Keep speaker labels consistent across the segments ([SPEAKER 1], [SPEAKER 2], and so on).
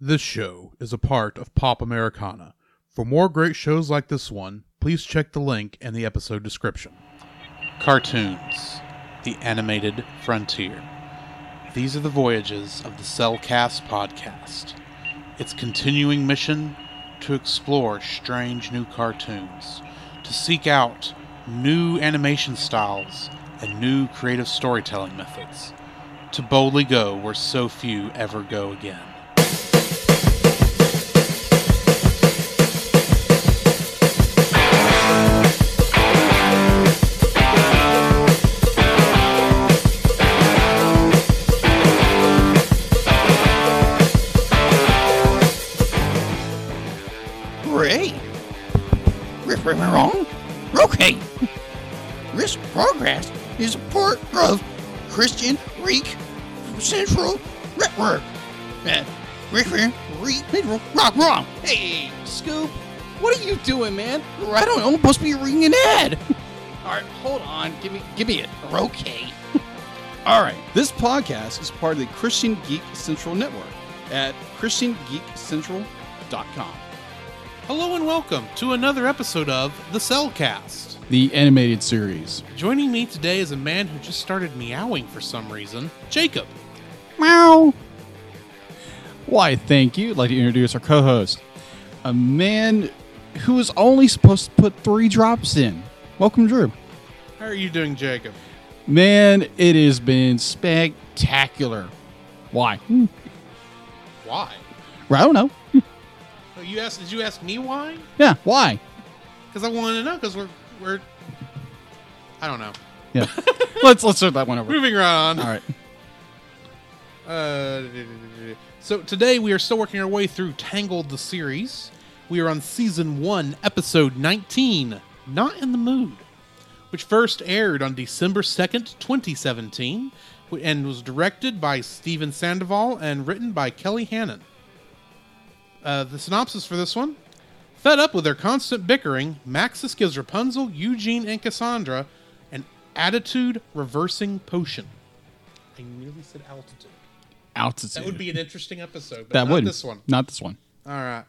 [SPEAKER 1] This show is a part of Pop Americana. For more great shows like this one, please check the link in the episode description. Cartoons The Animated Frontier. These are the voyages of the Cellcast podcast. Its continuing mission to explore strange new cartoons, to seek out new animation styles and new creative storytelling methods, to boldly go where so few ever go again.
[SPEAKER 2] Ray? Riff Riff wrong? Okay. This progress is a part of Christian Reek Central Network. Uh, Riff Riff Reek Central Rock Wrong. Hey, Scoop, what are you doing, man? I don't know. I'm supposed to be reading an ad. All right, hold on. Give me, give me it. Okay. All right.
[SPEAKER 3] This podcast is part of the Christian Geek Central Network at ChristianGeekCentral.com.
[SPEAKER 1] Hello and welcome to another episode of The Cellcast.
[SPEAKER 3] The animated series.
[SPEAKER 1] Joining me today is a man who just started meowing for some reason, Jacob.
[SPEAKER 2] Meow.
[SPEAKER 3] Why, thank you. I'd like to introduce our co host, a man who was only supposed to put three drops in. Welcome, Drew.
[SPEAKER 1] How are you doing, Jacob?
[SPEAKER 3] Man, it has been spectacular. Why? Hmm.
[SPEAKER 1] Why?
[SPEAKER 3] I don't know.
[SPEAKER 1] Oh, You asked? Did you ask me why?
[SPEAKER 3] Yeah, why?
[SPEAKER 1] Because I wanted to know. Because we're we're I don't know.
[SPEAKER 3] Yeah. let's let's start that one over.
[SPEAKER 1] Moving right on.
[SPEAKER 3] All right.
[SPEAKER 1] Uh, so today we are still working our way through Tangled the series. We are on season one, episode nineteen, Not in the Mood, which first aired on December second, twenty seventeen, and was directed by Steven Sandoval and written by Kelly Hannon. Uh, the synopsis for this one Fed up with their constant bickering, Maxis gives Rapunzel, Eugene, and Cassandra an attitude reversing potion. I nearly said altitude.
[SPEAKER 3] Altitude.
[SPEAKER 1] That would be an interesting episode, but
[SPEAKER 3] That
[SPEAKER 1] not
[SPEAKER 3] would.
[SPEAKER 1] this one.
[SPEAKER 3] Not this one.
[SPEAKER 1] All right.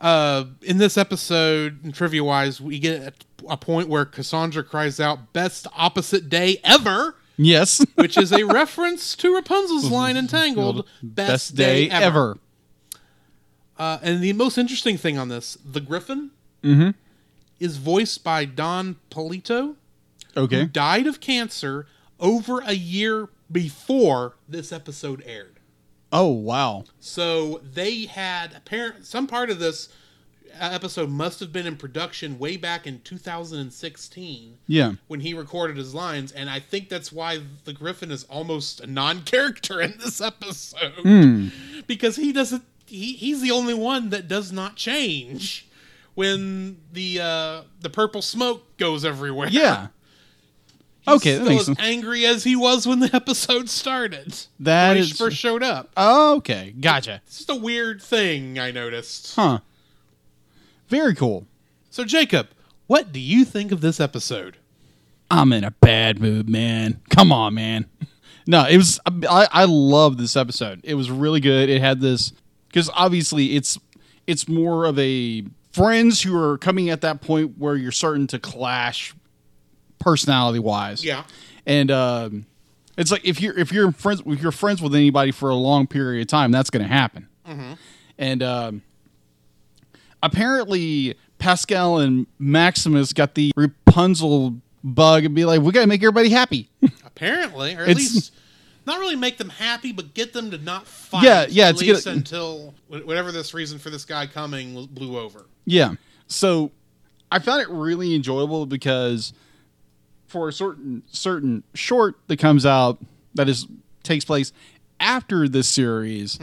[SPEAKER 1] Uh, in this episode, trivia wise, we get a, a point where Cassandra cries out, "Best opposite day ever,"
[SPEAKER 3] Yes.
[SPEAKER 1] which is a reference to Rapunzel's line entangled, "Best, day, ever." Uh, and the most interesting thing on this, the Griffin, Mm-hmm. is voiced by Don Polito, who
[SPEAKER 3] Okay.
[SPEAKER 1] died of cancer over a year before this episode aired.
[SPEAKER 3] Oh, wow.
[SPEAKER 1] So they had apparent some part of this episode must have been in production way back in 2016
[SPEAKER 3] Yeah.
[SPEAKER 1] when he recorded his lines, and I think that's why the Griffin is almost a non-character in this episode
[SPEAKER 3] Hmm.
[SPEAKER 1] because he doesn't. He, he's the only one that does not change when the uh, the purple smoke goes everywhere.
[SPEAKER 3] Yeah.
[SPEAKER 1] He's
[SPEAKER 3] okay, that
[SPEAKER 1] still
[SPEAKER 3] makes
[SPEAKER 1] as
[SPEAKER 3] sense.
[SPEAKER 1] angry as he was when the episode started.
[SPEAKER 3] That
[SPEAKER 1] when he
[SPEAKER 3] is-
[SPEAKER 1] first showed up.
[SPEAKER 3] Oh, okay. Gotcha.
[SPEAKER 1] It's just a weird thing I noticed.
[SPEAKER 3] Huh. Very cool.
[SPEAKER 1] So, Jacob, what do you think of this episode?
[SPEAKER 3] I'm in a bad mood, man. Come on, man. No, it was. I, I love this episode. It was really good. It had this because obviously it's it's more of a friends who are coming at that point where you're starting to clash personality wise.
[SPEAKER 1] Yeah.
[SPEAKER 3] and um, it's like if you're if you're friends if you're friends with anybody for a long period of time, that's going to happen. And um, apparently, Pascal and Maximus got the Rapunzel bug and be like, we got to make everybody happy.
[SPEAKER 1] Apparently, or at
[SPEAKER 3] It's-
[SPEAKER 1] least not really make them happy, but get them to not fight.
[SPEAKER 3] Yeah, yeah,
[SPEAKER 1] At
[SPEAKER 3] to get-
[SPEAKER 1] least until wh- whatever this reason for this guy coming was- blew over.
[SPEAKER 3] yeah. So I found it really enjoyable because for a certain certain short that comes out that is takes place after this series,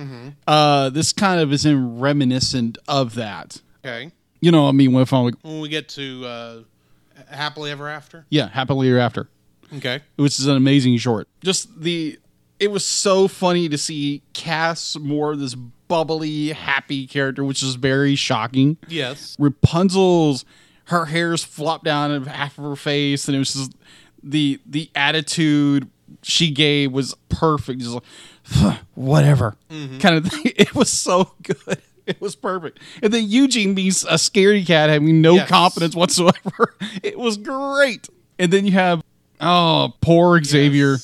[SPEAKER 3] uh, this kind of is in reminiscent of that.
[SPEAKER 1] Okay.
[SPEAKER 3] You know, I mean, when if I'm like,
[SPEAKER 1] When we get to uh, happily ever after.
[SPEAKER 3] yeah, happily ever after,
[SPEAKER 1] Okay.
[SPEAKER 3] which is an amazing short. Just the, it was so funny to see Cass more of this bubbly, happy character, which is very shocking.
[SPEAKER 1] Yes.
[SPEAKER 3] Rapunzel's, her hair's flopped down in half of her face, and it was just the the attitude she gave was perfect. Just like, whatever
[SPEAKER 1] Mm-hmm.
[SPEAKER 3] kind of thing. It was so good. It was perfect. And then Eugene meets a scaredy cat having no
[SPEAKER 1] Yes.
[SPEAKER 3] confidence whatsoever. It was great. And then you have oh poor Xavier.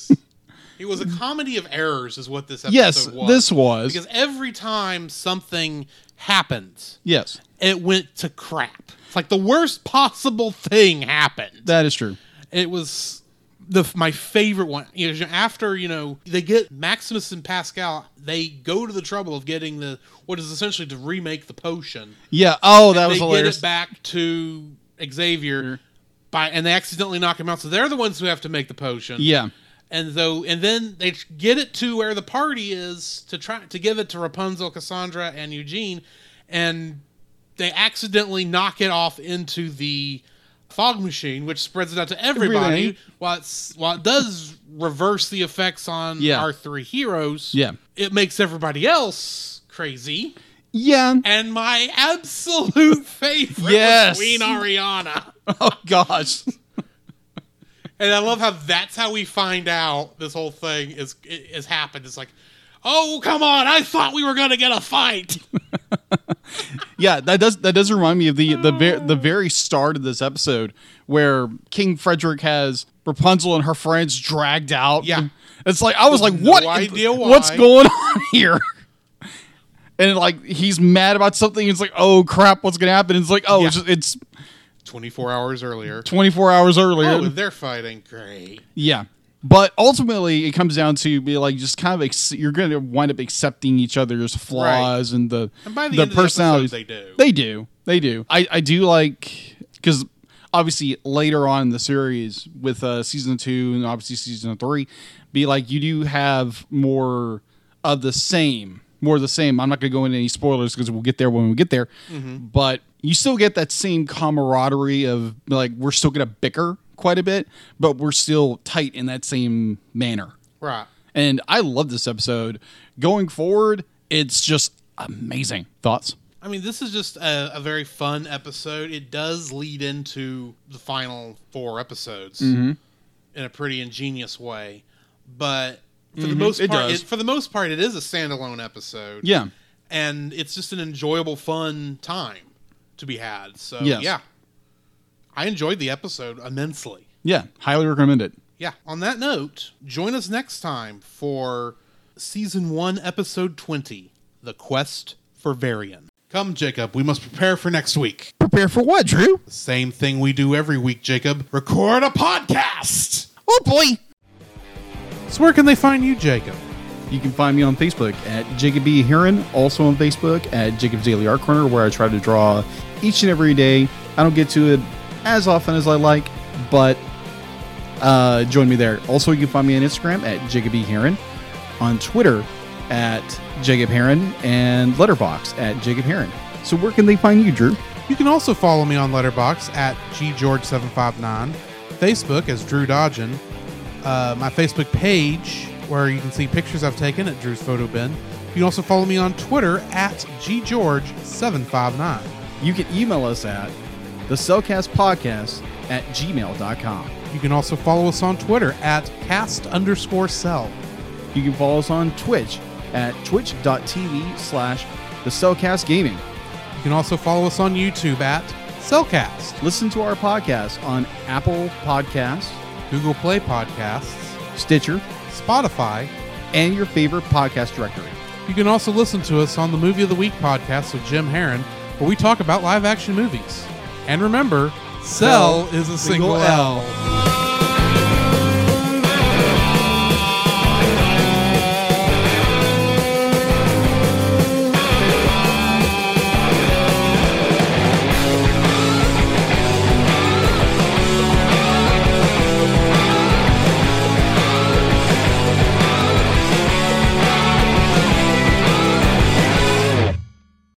[SPEAKER 1] It was a comedy of errors, is what this episode
[SPEAKER 3] Yes,
[SPEAKER 1] was.
[SPEAKER 3] this was.
[SPEAKER 1] Because every time something happened,
[SPEAKER 3] yes,
[SPEAKER 1] it went to crap. It's like the worst possible thing happened.
[SPEAKER 3] that is true.
[SPEAKER 1] it was the my favorite one You know, after you know they get maximus and pascal they go to the trouble of getting the what is essentially to remake the potion
[SPEAKER 3] Yeah. Oh, that was
[SPEAKER 1] they
[SPEAKER 3] hilarious.
[SPEAKER 1] get
[SPEAKER 3] Mm-hmm.
[SPEAKER 1] it back to xavier by and they accidentally knock him out so they're the ones who have to make the potion
[SPEAKER 3] Yeah.
[SPEAKER 1] and though and then they tr- get it to where the party is to try to give it to rapunzel cassandra and eugene and they accidentally knock it off into the fog machine which spreads it out to everybody
[SPEAKER 3] Everything.
[SPEAKER 1] while it's while it does reverse the effects on
[SPEAKER 3] Yeah.
[SPEAKER 1] our three heroes
[SPEAKER 3] Yeah.
[SPEAKER 1] it makes everybody else crazy
[SPEAKER 3] Yeah.
[SPEAKER 1] and my absolute favorite was
[SPEAKER 3] Yes.
[SPEAKER 1] queen ariana
[SPEAKER 3] Oh gosh.
[SPEAKER 1] And I love how that's how we find out this whole thing is is happened. It's like, oh come on! I thought we were gonna get a fight.
[SPEAKER 3] Yeah, that does that does remind me of the the ver- the very start of this episode where King Frederick has Rapunzel and her friends dragged out.
[SPEAKER 1] Yeah.
[SPEAKER 3] It's like I was like, what?
[SPEAKER 1] No idea
[SPEAKER 3] What's
[SPEAKER 1] why.
[SPEAKER 3] going on here? And like he's mad about something. It's like, oh crap, what's gonna happen? It's like, oh, it's, it's
[SPEAKER 1] Twenty four hours earlier.
[SPEAKER 3] 24 hours earlier.
[SPEAKER 1] Oh, they're fighting. Great.
[SPEAKER 3] Yeah. But ultimately, it comes down to be like just kind of ex- you're going to wind up accepting each other's flaws and the
[SPEAKER 1] And by the end of the episode,
[SPEAKER 3] personalities
[SPEAKER 1] they do.
[SPEAKER 3] They do. They do. I I do like because obviously later on in the series with uh, season two and obviously season three, be like you do have more of the same, more of the same. I'm not going to go into any spoilers because we'll get there when we get there, but you still get that same camaraderie of like we're still going to bicker quite a bit, but we're still tight in that same manner.
[SPEAKER 1] Right.
[SPEAKER 3] And I love this episode. Going forward, it's just amazing. Thoughts?
[SPEAKER 1] I mean, this is just a, a very fun episode. It does lead into the final four episodes
[SPEAKER 3] Mm-hmm.
[SPEAKER 1] in a pretty ingenious way, but for the most
[SPEAKER 3] Mm-hmm. it
[SPEAKER 1] part,
[SPEAKER 3] does.
[SPEAKER 1] for the most part, it is a standalone episode.
[SPEAKER 3] Yeah.
[SPEAKER 1] and it's just an enjoyable, fun time to be had. So
[SPEAKER 3] Yes.
[SPEAKER 1] yeah, I enjoyed the episode immensely.
[SPEAKER 3] Yeah, highly recommend it.
[SPEAKER 1] Yeah. On that note, join us next time for season one, episode twenty, the quest for Varian. Come, Jacob. We must prepare for next week.
[SPEAKER 2] Prepare for what, Drew?
[SPEAKER 1] The same thing we do every week, Jacob. Record a podcast.
[SPEAKER 2] Oh boy!
[SPEAKER 1] So where can they find you, Jacob?
[SPEAKER 3] You can find me on Facebook at Jacob B. Heron, also on Facebook at Jacob's Daily Art Corner, where I try to draw each and every day. I don't get to it as often as I like, but uh, join me there. Also, you can find me on Instagram at Jacob B. Heron, on Twitter at Jacob Heron, and Letterbox at Jacob Heron. So, where can they find you, Drew?
[SPEAKER 1] You can also follow me on Letterbox at ggeorge759, Facebook as Drew Dodgen, uh, my Facebook page where you can see pictures I've taken at Drew's Photo Bin. You can also follow me on Twitter at ggeorge759.
[SPEAKER 3] You can email us at the Cellcast Podcast at gmail.com.
[SPEAKER 1] You can also follow us on Twitter at cast underscore cell.
[SPEAKER 3] You can follow us on Twitch at twitch.tv slash the Cellcast Gaming.
[SPEAKER 1] You can also follow us on YouTube at Cellcast,
[SPEAKER 3] Listen to our podcast on Apple Podcasts,
[SPEAKER 1] Google Play Podcasts,
[SPEAKER 3] Stitcher,
[SPEAKER 1] Spotify.
[SPEAKER 3] and your favorite podcast directory.
[SPEAKER 1] You can also listen to us on the Movie of the Week podcast with Jim Heron, where we talk about live action movies. And remember, Cell is a single, L.